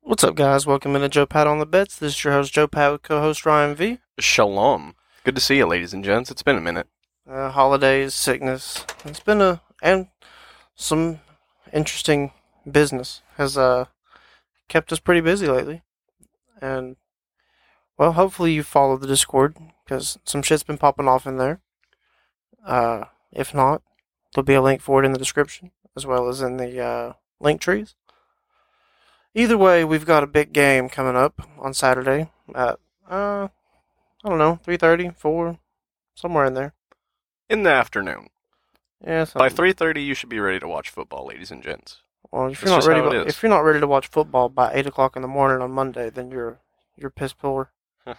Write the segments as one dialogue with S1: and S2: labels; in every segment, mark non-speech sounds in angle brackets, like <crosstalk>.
S1: What's up, guys? Welcome into Joe Pat on the Bets. This is your host, Joe Pat, with co host Ryan V.
S2: Shalom. Good to see you, ladies and gents. It's been a minute.
S1: Uh, holidays, sickness. It's been a. and some interesting business has uh, kept us pretty busy lately. And, well, hopefully you follow the Discord because some shit's been popping off in there. Uh, if not, there'll be a link for it in the description as well as in the uh, link trees. Either way, we've got a big game coming up on Saturday at uh, I don't know, 3:30, 4, somewhere in there.
S2: In the afternoon.
S1: Yeah, so
S2: By 3.30, you should be ready to watch football, ladies and gents.
S1: Well, if
S2: that's
S1: you're not
S2: just
S1: ready,
S2: how
S1: to,
S2: it is.
S1: if you're not ready to watch football by eight o'clock in the morning on Monday, then you're you're piss poor. <laughs>
S2: All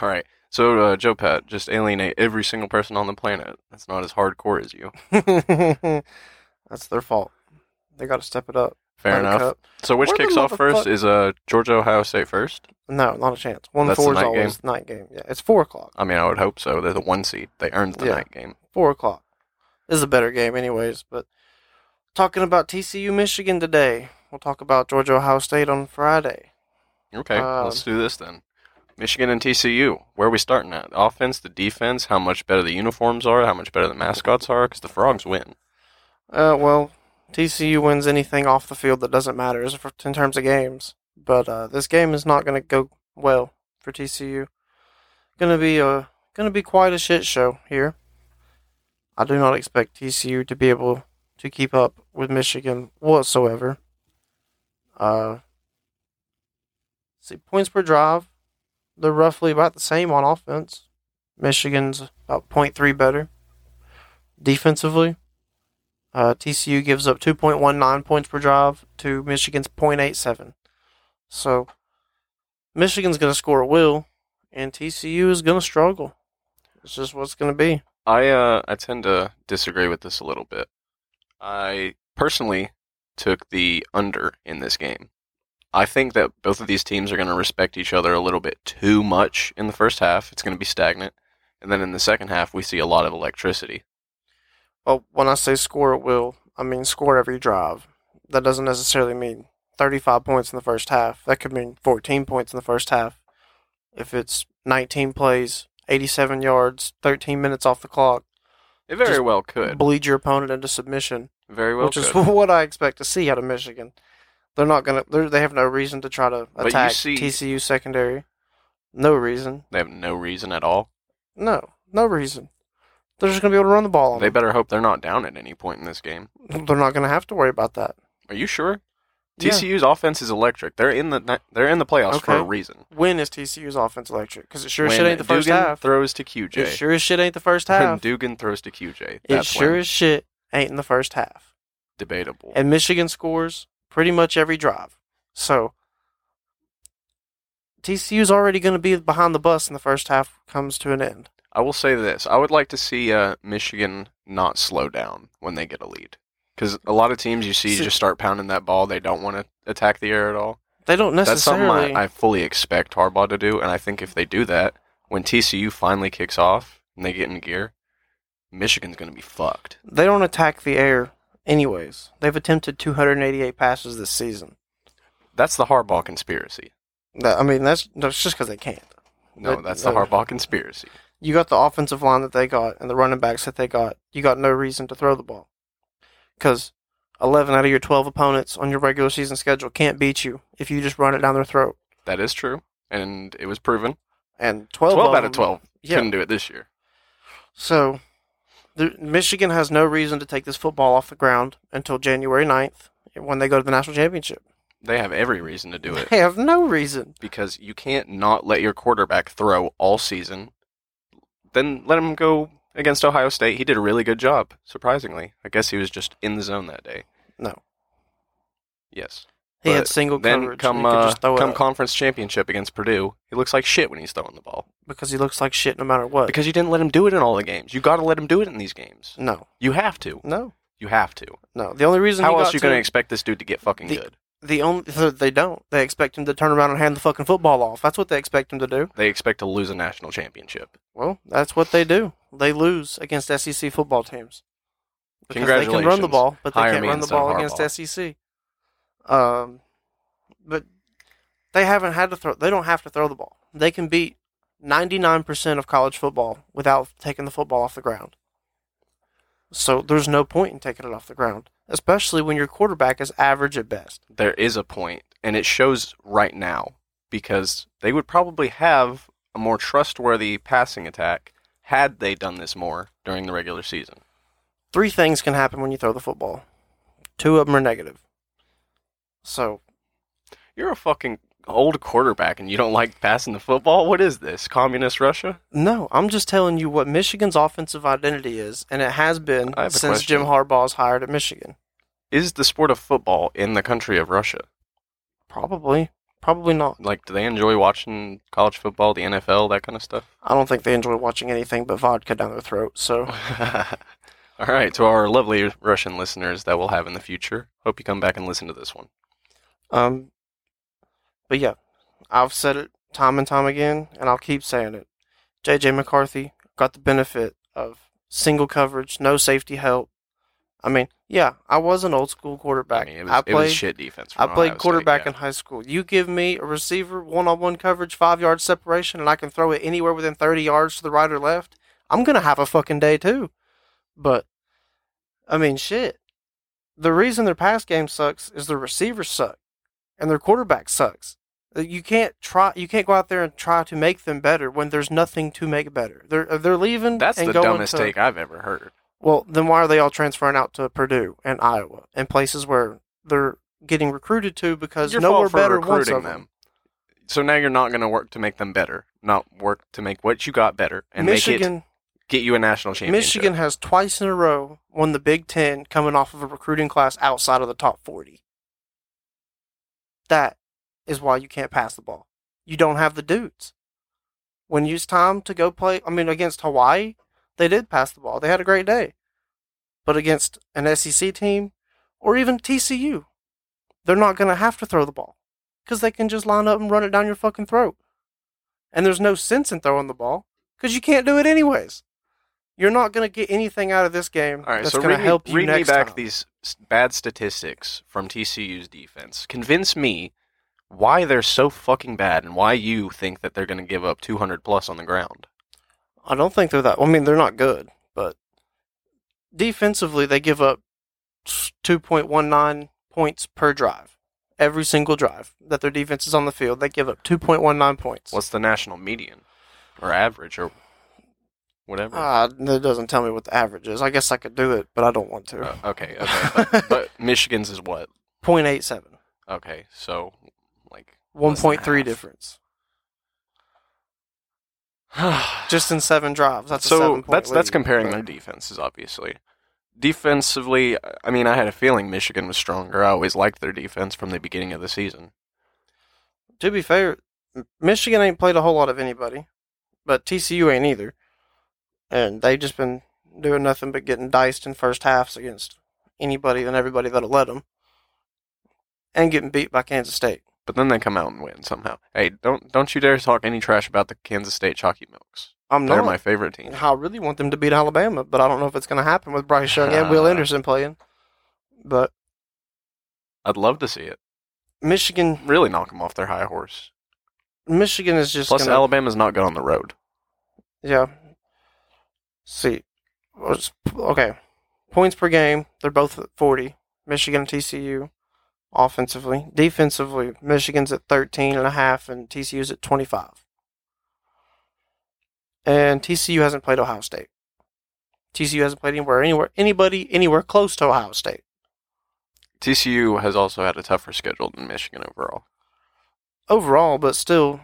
S2: right. So, uh, Joe Pat, just alienate every single person on the planet. That's not as hardcore as you.
S1: That's their fault. They got to step it up.
S2: Fair enough.
S1: Buttercup.
S2: So, which
S1: Where the
S2: kicks off first
S1: motherfuck-
S2: is uh, Georgia Ohio State first.
S1: No, not a chance. One
S2: That's the
S1: four is
S2: night
S1: always the night game. Yeah, it's four o'clock.
S2: I mean, I would hope so. They're the one seed. They earned the
S1: Yeah.
S2: night game.
S1: four o'clock. This is a better game, anyways. But talking about TCU Michigan today, we'll talk about Georgia Ohio State on Friday.
S2: Okay,
S1: Um,
S2: let's do this then. Michigan and TCU. Where are we starting at? Offense to defense. How much better the uniforms are? How much better the mascots are? Because the frogs win.
S1: Uh, well, TCU wins anything off the field that doesn't matter as for, in terms of games, but uh, this game is not going to go well for TCU. Going to be a going to be quite a shit show here. I do not expect TCU to be able to keep up with Michigan whatsoever. Uh, see points per drive, they're roughly about the same on offense. Michigan's about 0.3 better. Defensively, uh, TCU gives up 2.19 points per drive to Michigan's 0.87. So Michigan's going to score at will, and TCU is going to struggle. It's just what's going to be.
S2: I uh, I tend to disagree with this a little bit. I personally took the under in this game. I think that both of these teams are going to respect each other a little bit too much in the first half. It's going to be stagnant, and then in the second half we see a lot of electricity.
S1: Well, when I say score at will, I mean score every drive. That doesn't necessarily mean 35 points in the first half. That could mean 14 points in the first half. If it's 19 plays, 87 yards, 13 minutes off the clock,
S2: It very
S1: Just
S2: well could.
S1: bleed your opponent into submission.
S2: Very well
S1: which is <laughs>
S2: could.
S1: what I expect to see out of Michigan. They're not gonna. They're, they have no reason to try to
S2: But you
S1: attack
S2: see-
S1: TCU secondary. No reason.
S2: They have no reason at all.
S1: No. No reason. They're just gonna be able to run the ball on
S2: They
S1: them.
S2: better hope they're not down at any point in this game.
S1: They're not gonna have to worry about that.
S2: Are you sure?
S1: Yeah.
S2: TCU's offense is electric. They're in the ni- they're in the playoffs for
S1: Okay.
S2: a reason.
S1: When is TCU's offense electric? Because it sure as
S2: When
S1: shit ain't the first
S2: Dugan
S1: half.
S2: throws to
S1: It
S2: QJ.
S1: sure as shit ain't the
S2: <laughs>
S1: first
S2: When
S1: half.
S2: Dugan throws to QJ.
S1: It
S2: That's
S1: sure
S2: when
S1: as shit ain't in the first half.
S2: debatable.
S1: And Michigan scores pretty much every drive. So TCU's already gonna be behind the bus in the first half comes to an end.
S2: I will say this: I would like to see uh, Michigan not slow down when they get a lead, because a lot of teams you see
S1: See-
S2: just start pounding that ball. They don't want to attack the air at all.
S1: They don't
S2: That's something
S1: necessarily.
S2: I, I fully expect Harbaugh to do, and I think if they do that, when TCU finally kicks off and they get in gear, Michigan's going to be fucked.
S1: they don't attack the air, anyways. They've attempted 288 passes this season.
S2: That's the Harbaugh conspiracy.
S1: That, I mean, that's that's just because they can't.
S2: No,
S1: That- uh
S2: that's the
S1: that-
S2: Harbaugh conspiracy.
S1: You got the offensive line that they got and the running backs that they got. You got no reason to throw the ball because 11 out of your 12 opponents on your regular season schedule can't beat you if you just run it down their throat.
S2: That is true, and it was proven.
S1: And 12,
S2: Twelve
S1: of
S2: out
S1: them-
S2: of twelve
S1: Yeah.
S2: couldn't do it this year.
S1: So, the, Michigan has no reason to take this football off the ground until January 9th when they go to the national championship.
S2: They have every reason to do it.
S1: They have no reason.
S2: because you can't not let your quarterback throw all season. Then let him go against Ohio State. He did a really good job, surprisingly. I guess he was just in the zone that day.
S1: No.
S2: Yes.
S1: He had
S2: But
S1: single
S2: Then
S1: coverage.
S2: come
S1: and he could
S2: uh,
S1: just throw it
S2: come
S1: up
S2: conference championship against Purdue, he looks like shit when he's throwing the ball
S1: because he looks like shit no matter what.
S2: because you didn't let him do it in all the games. You got to let him do it in these games.
S1: no,
S2: You have to.
S1: no,
S2: You have to.
S1: No, the only reason
S2: How
S1: he
S2: else
S1: got
S2: you going to
S1: to-
S2: expect this dude to get fucking
S1: The-
S2: good?
S1: the only <laughs> they don't. They expect him to turn around and hand the fucking football off. That's what they expect him to do.
S2: They expect to lose a national championship.
S1: Well, that's what they do. They lose against SEC football teams because they can run the
S2: Congratulations.
S1: ball, but they
S2: Hire
S1: can't
S2: me
S1: run the
S2: instead of
S1: ball
S2: Harbaugh.
S1: against SEC. Um, but they haven't had to throw. They don't have to throw the ball. They can beat ninety nine percent of college football without taking the football off the ground. So there's no point in taking it off the ground, especially when your quarterback is average at best.
S2: There is a point, and it shows right now because they would probably have a more trustworthy passing attack had they done this more during the regular season.
S1: three things can happen when you throw the football. Two of them are negative. So
S2: You're a fucking old quarterback and you don't like passing the football? What is this? Communist Russia?
S1: no, I'm just telling you what Michigan's offensive identity is, and it has been
S2: I have a
S1: since
S2: question.
S1: Jim Harbaugh's hired at Michigan.
S2: Is the sport of football in the country of Russia?
S1: Probably, probably not.
S2: Like, do they enjoy watching college football, the NFL, that kind of stuff? <laughs>
S1: I don't think they enjoy watching anything but vodka down their throat. So
S2: All right, to our lovely Russian listeners that we'll have in the future, hope you come back and listen to this one.
S1: Um, but yeah, I've said it time and time again, and I'll keep saying it. JJ McCarthy got the benefit of single coverage, no safety help. I mean, yeah, I was an old school quarterback.
S2: I
S1: I,
S2: mean, it was,
S1: played.
S2: it was shit defense.
S1: I
S2: From
S1: played quarterback in high school. You give me a receiver one on one coverage, five yard separation, and I can throw it anywhere within 30 yards to the right or left. I'm going to have a fucking day too. But, I mean, shit. The reason their pass game sucks is their receivers suck and their quarterback sucks. Uh, You can't try. You can't go out there and try to make them better when there's nothing to make better. They're uh, they're leaving.
S2: That's
S1: and
S2: the
S1: going
S2: dumbest
S1: to,
S2: take I've ever heard.
S1: well, then why are they all transferring out to Purdue and Iowa and places where they're getting recruited to because
S2: Your
S1: nowhere
S2: fault for
S1: better wants
S2: recruiting
S1: of
S2: them. So now you're not going to work to make them better, not work to make what you got better and make it
S1: Michigan,
S2: get you a national championship.
S1: Michigan has twice in a row won the Big Ten, coming off of a recruiting class outside of the top forty. That is why you can't pass the ball. You don't have the dudes. When it's time to go play, I mean, against Hawaii, they did pass the ball. They had a great day. But against an SEC team or even TCU, they're not going to have to throw the ball because they can just line up and run it down your fucking throat. And there's no sense in throwing the ball because you can't do it anyways. You're not going to get anything out of this game
S2: All right,
S1: that's
S2: so
S1: going
S2: read,
S1: to
S2: me-
S1: help you
S2: read
S1: next
S2: me back
S1: time.
S2: these s- bad statistics from TCU's defense. Convince me why they're so fucking bad and why you think that they're going to give up 200 plus on the ground.
S1: I don't think they're that. I mean, they're not good, but defensively, they give up 2.19 points per drive. Every single drive that their defense is on the field, they give up 2.19 points.
S2: What's the national median or average or whatever?
S1: Ah, that doesn't tell me what the average is. I guess I could do it, but I don't want to.
S2: Uh, okay, okay. <laughs> But, but Michigan's is what?
S1: 0.87,
S2: Okay, so like <sighs>
S1: 1.3
S2: half.
S1: difference. Just in seven drives, that's a
S2: so
S1: seven-point
S2: that's that's
S1: lead.
S2: comparing
S1: But-
S2: their defenses, obviously. Defensively, I mean, I had a feeling Michigan was stronger. I always liked their defense from the beginning of the season.
S1: to be fair, M- Michigan ain't played a whole lot of anybody, but TCU ain't either, and they just been doing nothing but getting diced in first halves against anybody and everybody that'll let them, and getting beat by Kansas State.
S2: But then they come out and win somehow. Hey, don't don't you dare talk any trash about the Kansas State Chalky Milks.
S1: I'm
S2: They're
S1: not.
S2: my favorite team.
S1: I really want them to beat Alabama, but I don't know if it's going to happen with Bryce Young and Will Anderson playing. But
S2: I'd love to see it.
S1: Michigan,
S2: Really knock them off their high horse.
S1: Michigan is just
S2: Plus,
S1: gonna,
S2: Alabama's not good on the road.
S1: Yeah. See, let's- okay, points per game. They're both at forty. Michigan and TCU, offensively, defensively, Michigan's at thirteen and a half, and TCU's at twenty-five. And TCU hasn't played Ohio State. TCU hasn't played anywhere, anywhere, anybody, anywhere close to Ohio State.
S2: TCU has also had a tougher schedule than Michigan overall.
S1: Overall, but still,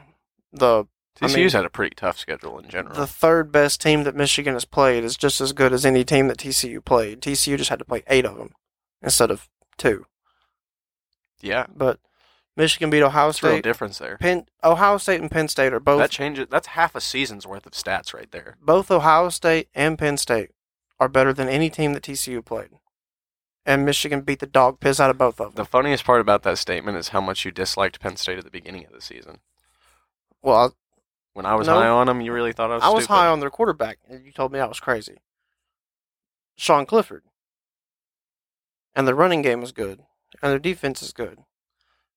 S1: the I
S2: TCU's
S1: mean-
S2: had a pretty tough schedule in general.
S1: the third best team that Michigan has played is just as good as any team that TCU played. TCU just had to play eight of them instead of two.
S2: yeah,
S1: But Michigan beat Ohio
S2: that's a real
S1: State.
S2: difference there.
S1: Penn, Ohio State and Penn State are both
S2: That changes. That's half a season's worth of stats right there.
S1: both Ohio State and Penn State are better than any team that TCU played. and Michigan beat the dog piss out of both of them.
S2: The funniest part about that statement is how much you disliked Penn State at the beginning of the season.
S1: Well,
S2: When I was
S1: No.
S2: high on them, you really thought I was.
S1: I, I was
S2: stupid.
S1: high on their quarterback, and you told me I was crazy. Sean Clifford. And their running game was good, and their defense is good.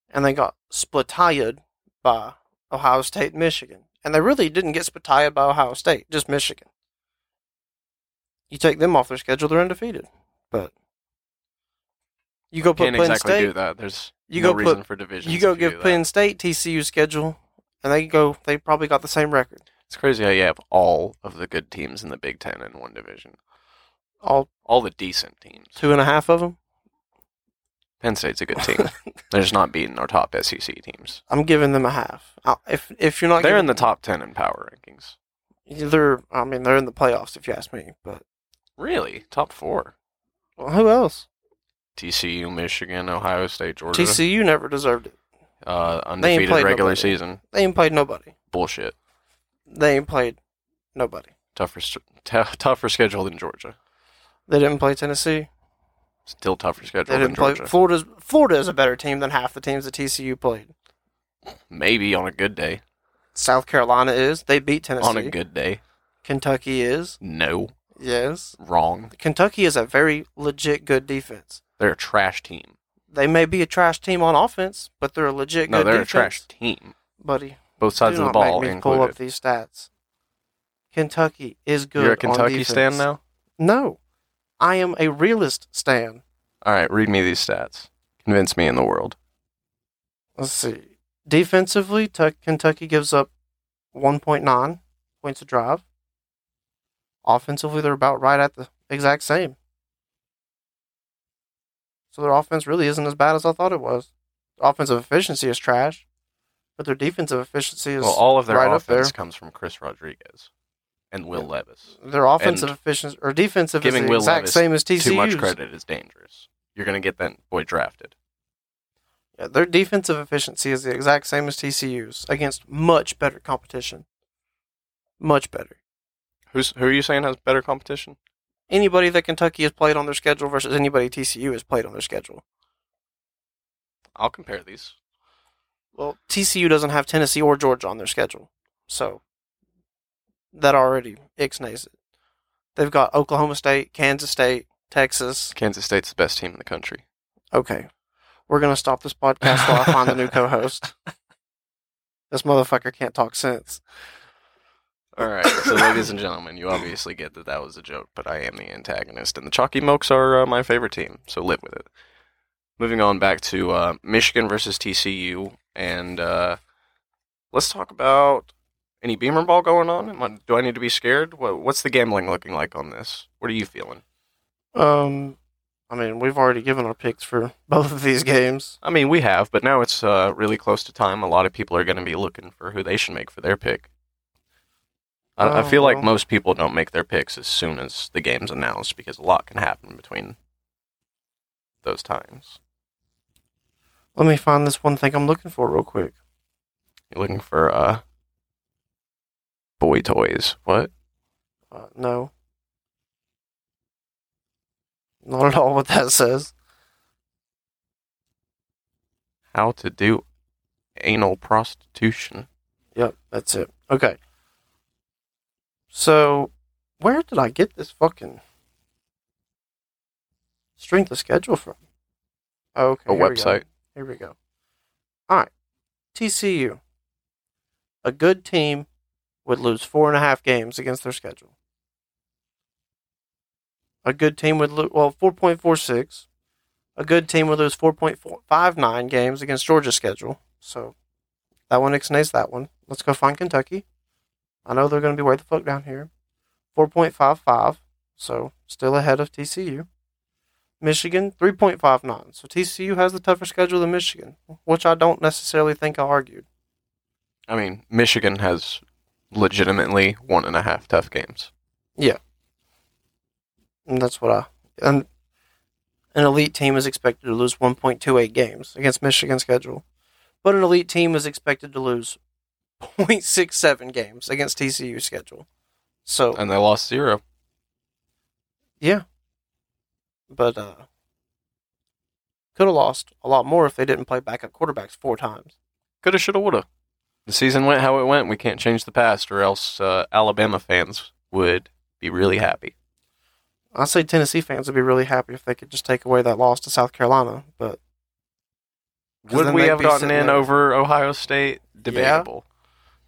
S1: And they got split by Ohio State and Michigan. And they really didn't get split by Ohio State, just Michigan. You take them off their schedule, they're undefeated. But you go put
S2: Can't
S1: Penn
S2: exactly
S1: State.
S2: do that. There's
S1: You
S2: no
S1: go put-
S2: reason for divisions.
S1: You go
S2: if
S1: give
S2: do that.
S1: Penn State TCU schedule, and they go. They probably got the same record.
S2: It's crazy how you have all of the good teams in the Big Ten in one division.
S1: All
S2: All the decent teams.
S1: two and a half of them.
S2: Penn State's a good
S1: <laughs>
S2: team. They're just not beating our top SEC teams.
S1: I'm giving them a half. I- If if you're not,
S2: They're in
S1: giving,
S2: the top ten in power rankings.
S1: They're. I mean, they're in the playoffs if you ask me. But
S2: Really, top four.
S1: well, who else?
S2: TCU, Michigan, Ohio State, Georgia.
S1: TCU never deserved it.
S2: uh,
S1: They ain't
S2: undefeated
S1: played
S2: regular
S1: nobody.
S2: season.
S1: They ain't played nobody.
S2: Bullshit.
S1: They ain't played nobody.
S2: Tougher, st- t- <laughs> tougher schedule than Georgia.
S1: They didn't play Tennessee.
S2: Still tougher schedule
S1: They
S2: than
S1: didn't play
S2: Georgia.
S1: Florida's. Florida is a better team than half the teams that TCU played.
S2: Maybe on a good day.
S1: South Carolina is. They beat Tennessee.
S2: On a good day.
S1: Kentucky is.
S2: No.
S1: Yes.
S2: Wrong.
S1: Kentucky is a very legit good defense.
S2: They're a trash team.
S1: They may be a trash team on offense, but they're a legit
S2: No,
S1: good
S2: they're
S1: defense.
S2: a trash team.
S1: buddy.
S2: Both sides
S1: do
S2: of the
S1: not
S2: ball
S1: make me pull up
S2: included.
S1: these stats. Kentucky is good.
S2: You're a
S1: on
S2: Kentucky
S1: defense.
S2: stand now?
S1: No, I am a realist stand.
S2: All right, read me these stats. Convince me in the world.
S1: Let's see. Defensively, Tuck Kentucky gives up 1.9 points a drive. Offensively, they're about right at the exact same. So their offense really isn't as bad as I thought it was. Offensive efficiency is trash, but their defensive efficiency is
S2: Well, all of their
S1: right up there.
S2: offense comes from Chris Rodriguez and Will
S1: Yeah.
S2: Levis.
S1: Their offensive efficiency or defensive is
S2: giving
S1: the
S2: Will
S1: exact
S2: Levis
S1: same as TCU's.
S2: Too much credit is dangerous. You're going to get that boy drafted.
S1: Yeah, their defensive efficiency is the exact same as TCU's against much better competition. Much better.
S2: Who's who are you saying has better competition?
S1: Anybody that Kentucky has played on their schedule versus anybody TCU has played on their schedule.
S2: I'll compare these.
S1: Well, TCU doesn't have Tennessee or Georgia on their schedule, so that already ixnays it. They've got Oklahoma State, Kansas State, Texas.
S2: Kansas State's the best team in the country.
S1: Okay, we're gonna stop this podcast while I find a new co-host. This motherfucker can't talk sense.
S2: All right, so ladies and gentlemen, you obviously get that that was a joke, but I am the antagonist, and the Chalky Mokes are uh, my favorite team, so live with it. Moving on back to uh, Michigan versus TCU, and uh, let's talk about any Beamer ball going on. Am I, do I need to be scared? What, what's the gambling looking like on this? What are you feeling?
S1: Um, I mean, we've already given our picks for <laughs> both of these games.
S2: I mean, we have, but now it's uh, really close to time. A lot of people are going to be looking for who they should make for their pick. I, I
S1: Oh,
S2: feel like
S1: well.
S2: most people don't make their picks as soon as the game's announced because a lot can happen between those times.
S1: Let me find this one thing I'm looking for real quick.
S2: You're looking for uh, boy toys. What?
S1: Uh, no, not at all what that says.
S2: How to do anal prostitution?
S1: Yep, that's it. Okay. So, where did I get this fucking strength of schedule from? Oh, okay. here
S2: A
S1: we go.
S2: website.
S1: Here we go. All right. TCU. A good team would lose four and a half games against their schedule. A good team would lose, well, 4.46. A good team would lose 4.59 games against Georgia's schedule. So that one exnays that one. Let's go find Kentucky. I know they're going to be way the fuck down here. 4.55. So still ahead of TCU. Michigan, 3.59. So TCU has the tougher schedule than Michigan, which I don't necessarily think I argued.
S2: I mean, Michigan has legitimately one and a half tough games.
S1: And that's what I. And an elite team is expected to lose 1.28 games against Michigan's schedule, but an elite team is expected to lose <laughs> 0.67 games against TCU's schedule. So,
S2: And they lost zero.
S1: yeah. But, uh, Could have lost a lot more if they didn't play backup quarterbacks four times.
S2: Coulda, shoulda, woulda. The season went how it went. We can't change the past, or else uh, Alabama fans would be really happy.
S1: I say Tennessee fans would be really happy if they could just take away that loss to South Carolina, but 'Cause
S2: Would
S1: then
S2: we
S1: they'd
S2: have
S1: be
S2: gotten
S1: sitting
S2: in
S1: there-
S2: over Ohio State? Debatable.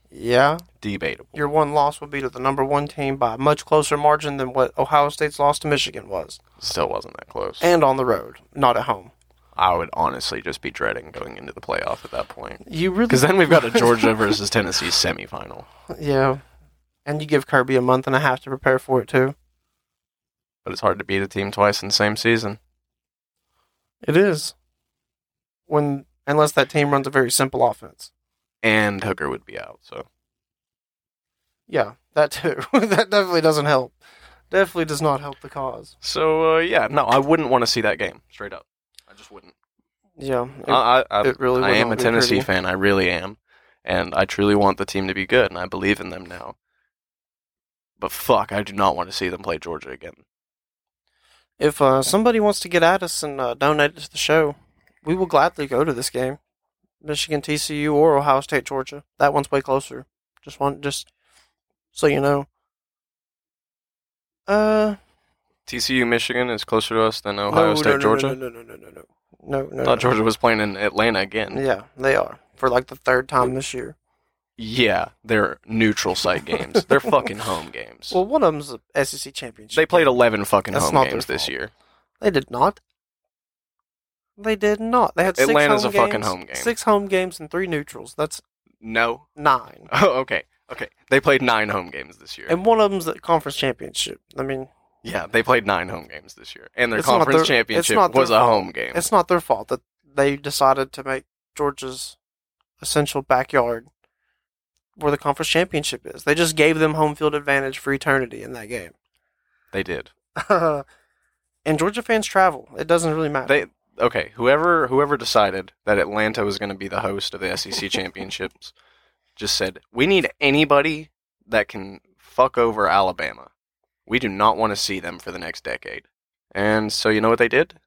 S1: yeah,
S2: Debatable.
S1: your one loss would be to the number one team by a much closer margin than what Ohio State's loss to Michigan was,
S2: Still wasn't that close.
S1: and on the road, not at home.
S2: I would honestly just be dreading going into the playoff at that
S1: <laughs>
S2: point.
S1: You really
S2: Because then
S1: <laughs>
S2: we've got a Georgia versus Tennessee semifinal.
S1: yeah, and you give Kirby a month and a half to prepare for it too.
S2: But it's hard to beat a team twice in the same season.
S1: It is when unless that team runs a very simple offense.
S2: And Hooker would be out, so
S1: Yeah, that too. <laughs> that definitely doesn't help. Definitely does not help the cause.
S2: So uh, yeah, no, I wouldn't want to see that game straight up. I just wouldn't.
S1: Yeah, it,
S2: I, I, I,
S1: it really.
S2: I
S1: would
S2: am
S1: not
S2: a
S1: be
S2: Tennessee
S1: pretty.
S2: fan. I really am, and I truly want the team to be good, and I believe in them now. But fuck, I do not want to see them play Georgia again.
S1: If uh, somebody wants to get at us and uh, donate to the show, we will gladly go to this game. Michigan, TCU, or Ohio State, Georgia. That one's way closer. Just one, just so you know. Uh,
S2: TCU Michigan is closer to us than Ohio
S1: Oh, no,
S2: State
S1: no, no,
S2: Georgia.
S1: No, no, no, no, no, no, no, no.
S2: I
S1: no.
S2: thought Georgia was playing in Atlanta again.
S1: Yeah, they are for like the third time this year.
S2: Yeah, they're neutral site games. they're fucking home games.
S1: Well, one of them's the SEC championship.
S2: they played eleven fucking
S1: That's
S2: home
S1: not their
S2: games this
S1: fault.
S2: year.
S1: They did not. They did not. They had six
S2: Atlanta's
S1: home
S2: a fucking
S1: games-
S2: home game.
S1: Six home games and three neutrals. That's
S2: No. <laughs>
S1: nine.
S2: Oh, okay. Okay. They played nine home games this year.
S1: And one of them's the conference championship. I mean,
S2: Yeah, they played nine home games this year, and their
S1: It's not
S2: conference
S1: their- it's
S2: championship
S1: not their
S2: was a home game.
S1: it's not their fault that they decided to make Georgia's essential backyard where the conference championship is. They just gave them home field advantage for eternity in that game. <laughs>
S2: They did.
S1: and Georgia fans travel. It doesn't really matter.
S2: They okay. Whoever whoever decided that Atlanta was going to be the host of the
S1: <laughs>
S2: SEC championships just said we need anybody that can fuck over Alabama. We do not want to see them for the next decade. And so you know what they did?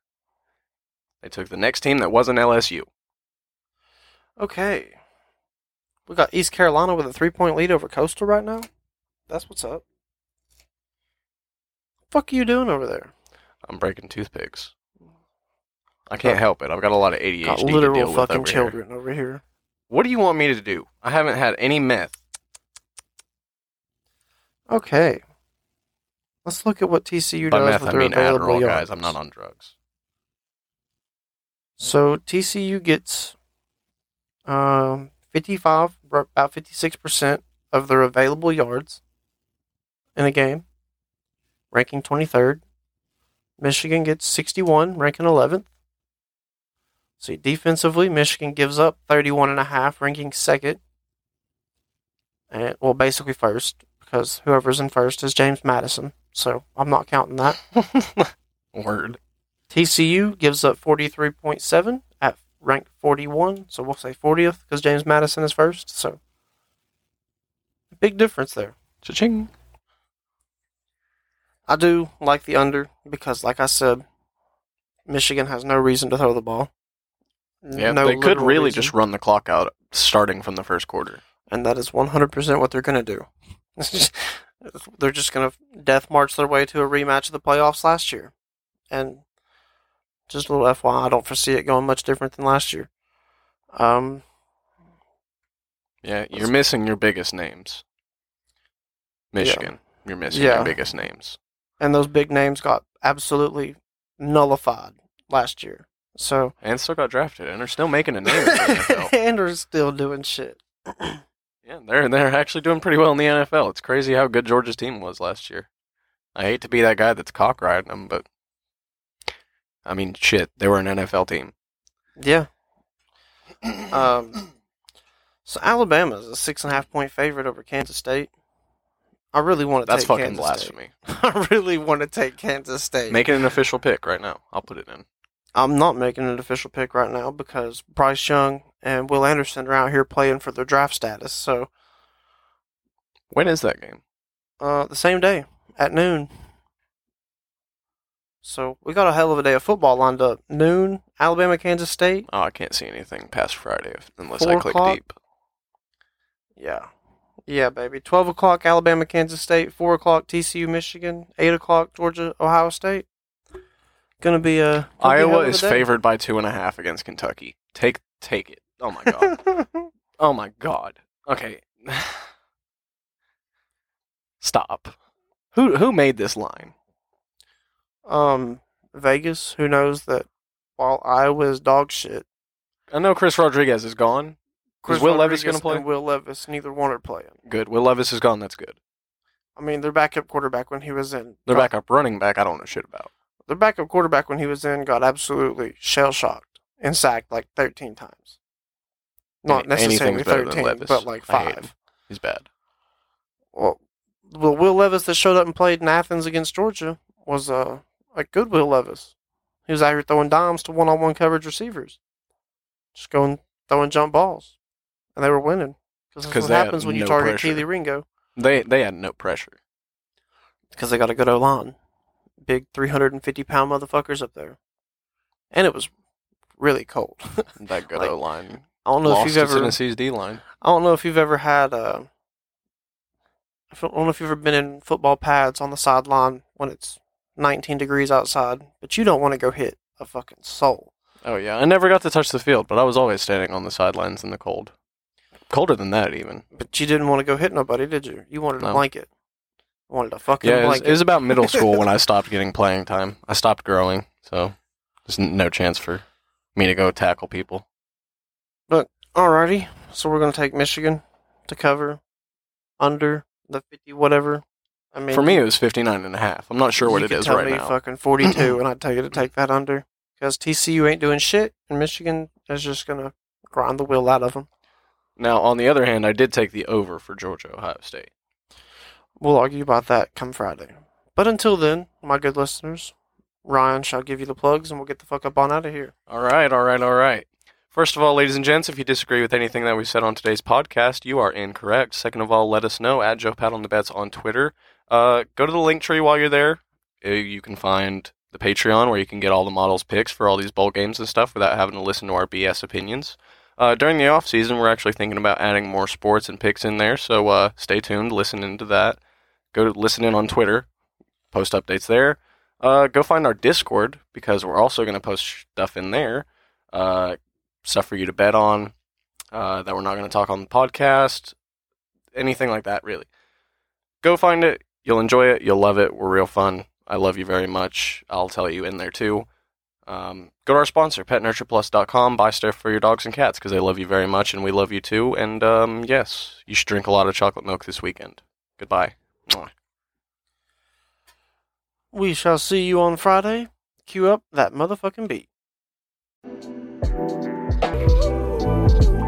S2: They took the next team that wasn't LSU.
S1: Okay. We got East Carolina with a three point lead over Coastal right now. That's what's up. Fuck are you doing over there?
S2: I'm breaking toothpicks. I can't help it. I've got a lot of ADHD
S1: got
S2: to deal
S1: literal
S2: with
S1: fucking
S2: over here.
S1: children over here.
S2: What do you want me to do? I haven't had any meth.
S1: Okay. Let's look at what TCU
S2: By
S1: does
S2: meth,
S1: with
S2: I
S1: their
S2: mean
S1: available
S2: Adderall,
S1: yards.
S2: guys. I'm not on drugs.
S1: So TCU gets um, 55, r- about 56% of their available yards in a game, ranking 23rd. Michigan gets 61, ranking 11th. See, defensively, Michigan gives up 31.5, ranking 2nd. And, well, basically first, because whoever's in first is James Madison. So I'm not counting that. <laughs>
S2: Word.
S1: TCU gives up 43.7 at rank 41, so we'll say 40th because James Madison is first. So big difference there.
S2: Cha-ching.
S1: I do like the under because, like I said, Michigan has no reason to throw the ball. N-
S2: Yeah,
S1: no
S2: they could
S1: literal
S2: really
S1: reason.
S2: just run the clock out starting from the first quarter.
S1: and that is 100% what they're going to do. <laughs> It's just- they're just going to death march their way to a rematch of the playoffs last year. And just a little FYI, I don't foresee it going much different than last year. Um,
S2: Yeah, you're missing your biggest names. Michigan, you're missing
S1: Yeah.
S2: your biggest names.
S1: and those big names got absolutely nullified last year. So
S2: And still got drafted, and are still making a name. in the
S1: <laughs>
S2: NFL.
S1: and are still doing shit.
S2: Yeah, they're they're actually doing pretty well in the NFL. It's crazy how good Georgia's team was last year. I hate to be that guy that's cock riding them, but I mean, shit, they were an
S1: <clears throat>
S2: NFL team.
S1: Yeah. Um. So Alabama is a six and a half point favorite over Kansas State. I really want to
S2: That's
S1: take
S2: fucking
S1: Kansas
S2: blasphemy.
S1: State. <laughs> I really want to take Kansas State.
S2: Make it an official pick right now. I'll put it in.
S1: I'm not making an official pick right now because Bryce Young and Will Anderson are out here playing for their draft status. So
S2: When is that game?
S1: uh, the same day at noon. So we got a hell of a day of football lined up. Noon, Alabama, Kansas State.
S2: Oh, I can't see anything past Friday if, unless I
S1: Four
S2: click
S1: o'clock?
S2: deep.
S1: Yeah. Yeah, baby. 12 o'clock, Alabama, Kansas State. 4 o'clock, TCU, Michigan. 8 o'clock, Georgia, Ohio State. Gonna be a. gonna be a hell
S2: Iowa
S1: of a
S2: is
S1: day.
S2: favored by two and a half against Kentucky. Take take it. Oh
S1: <laughs>
S2: my god. oh my god. Okay. <sighs> Stop. Who who made this line?
S1: um, Vegas, who knows that while Iowa is dog shit,
S2: I know Chris Rodriguez is gone.
S1: Chris
S2: Will
S1: Rodriguez
S2: Levis gonna play?
S1: and Will Levis, neither one are playing.
S2: Good. Will Levis is gone. That's good.
S1: I mean, their backup quarterback when he was in
S2: Their
S1: got-
S2: backup running back, I don't know shit about.
S1: their backup quarterback when he was in got absolutely shell shocked and sacked like thirteen times. Not
S2: Any-
S1: necessarily
S2: anything's better than
S1: thirteen,
S2: Levis.
S1: but like
S2: I hate him.
S1: five.
S2: He's bad.
S1: Well, the Will Levis that showed up and played in Athens against Georgia was uh, a good Will Levis. He was out here throwing dimes to one-on-one coverage receivers, just going throwing jump balls, and they were winning because that's
S2: 'Cause
S1: what
S2: they had
S1: happens when you
S2: no
S1: target
S2: pressure.
S1: Keely Ringo.
S2: They they had no pressure.
S1: because they got a good O line, big three hundred and fifty pound motherfuckers up there, and it was really cold. I
S2: That good
S1: Like,
S2: O line.
S1: don't know
S2: Lost
S1: if
S2: to
S1: you've ever.
S2: Tennessee's D line.
S1: I don't know if you've ever had. Uh, I don't know if you've ever been in football pads on the sideline when it's nineteen degrees outside, but you don't want to go hit a fucking soul.
S2: Oh yeah, I never got to touch the field, but I was always standing on the sidelines in the cold. Colder than that even.
S1: But you didn't want to go hit nobody, did you? You wanted a
S2: No.
S1: blanket. You wanted a fucking
S2: Yeah, it was,
S1: blanket.
S2: it was about middle school when I
S1: <laughs>
S2: stopped getting playing time. I stopped growing, so there's n- no chance for me to go tackle people.
S1: Alrighty, so we're gonna take Michigan to cover under the fifty whatever. I mean,
S2: for me, it was 59 and a half. I'm not sure what
S1: you
S2: it
S1: could
S2: is
S1: tell
S2: right
S1: me
S2: now.
S1: Fucking
S2: <clears throat>
S1: forty-two, and I'd tell you to take that under because TCU ain't doing shit, and Michigan is just gonna grind the wheel out of them.
S2: Now, on the other hand, I did take the over for Georgia Ohio State.
S1: We'll argue about that come Friday. But until then, my good listeners, Ryan shall give you the plugs, and we'll get the fuck up on out of here.
S2: All right, all right, all right. First of all, ladies and gents, if you disagree with anything that we said on today's podcast, you are incorrect. Second of all, let us know at Joe Pat on the Bets on Twitter. Uh, go to the link tree while you're there. Uh, You can find the Patreon where you can get all the models' picks for all these bowl games and stuff without having to listen to our BS opinions. Uh, during the off season, we're actually thinking about adding more sports and picks in there, so uh, stay tuned. Listen into that. Go to listen in on Twitter. Post updates there. Uh, go find our Discord because we're also going to post stuff in there, uh, stuff for you to bet on uh, that we're not going to talk on the podcast, anything like that, really. Go find it. You'll enjoy it. You'll love it. We're real fun. I love you very much. I'll tell you in there too. Um, go to our sponsor, petnurtureplus.com. Buy stuff for your dogs and cats because they love you very much and we love you too. And um, yes, you should drink a lot of chocolate milk this weekend. Goodbye. Mwah.
S1: We shall see you on Friday. Cue up that motherfucking beat.
S3: Thank you.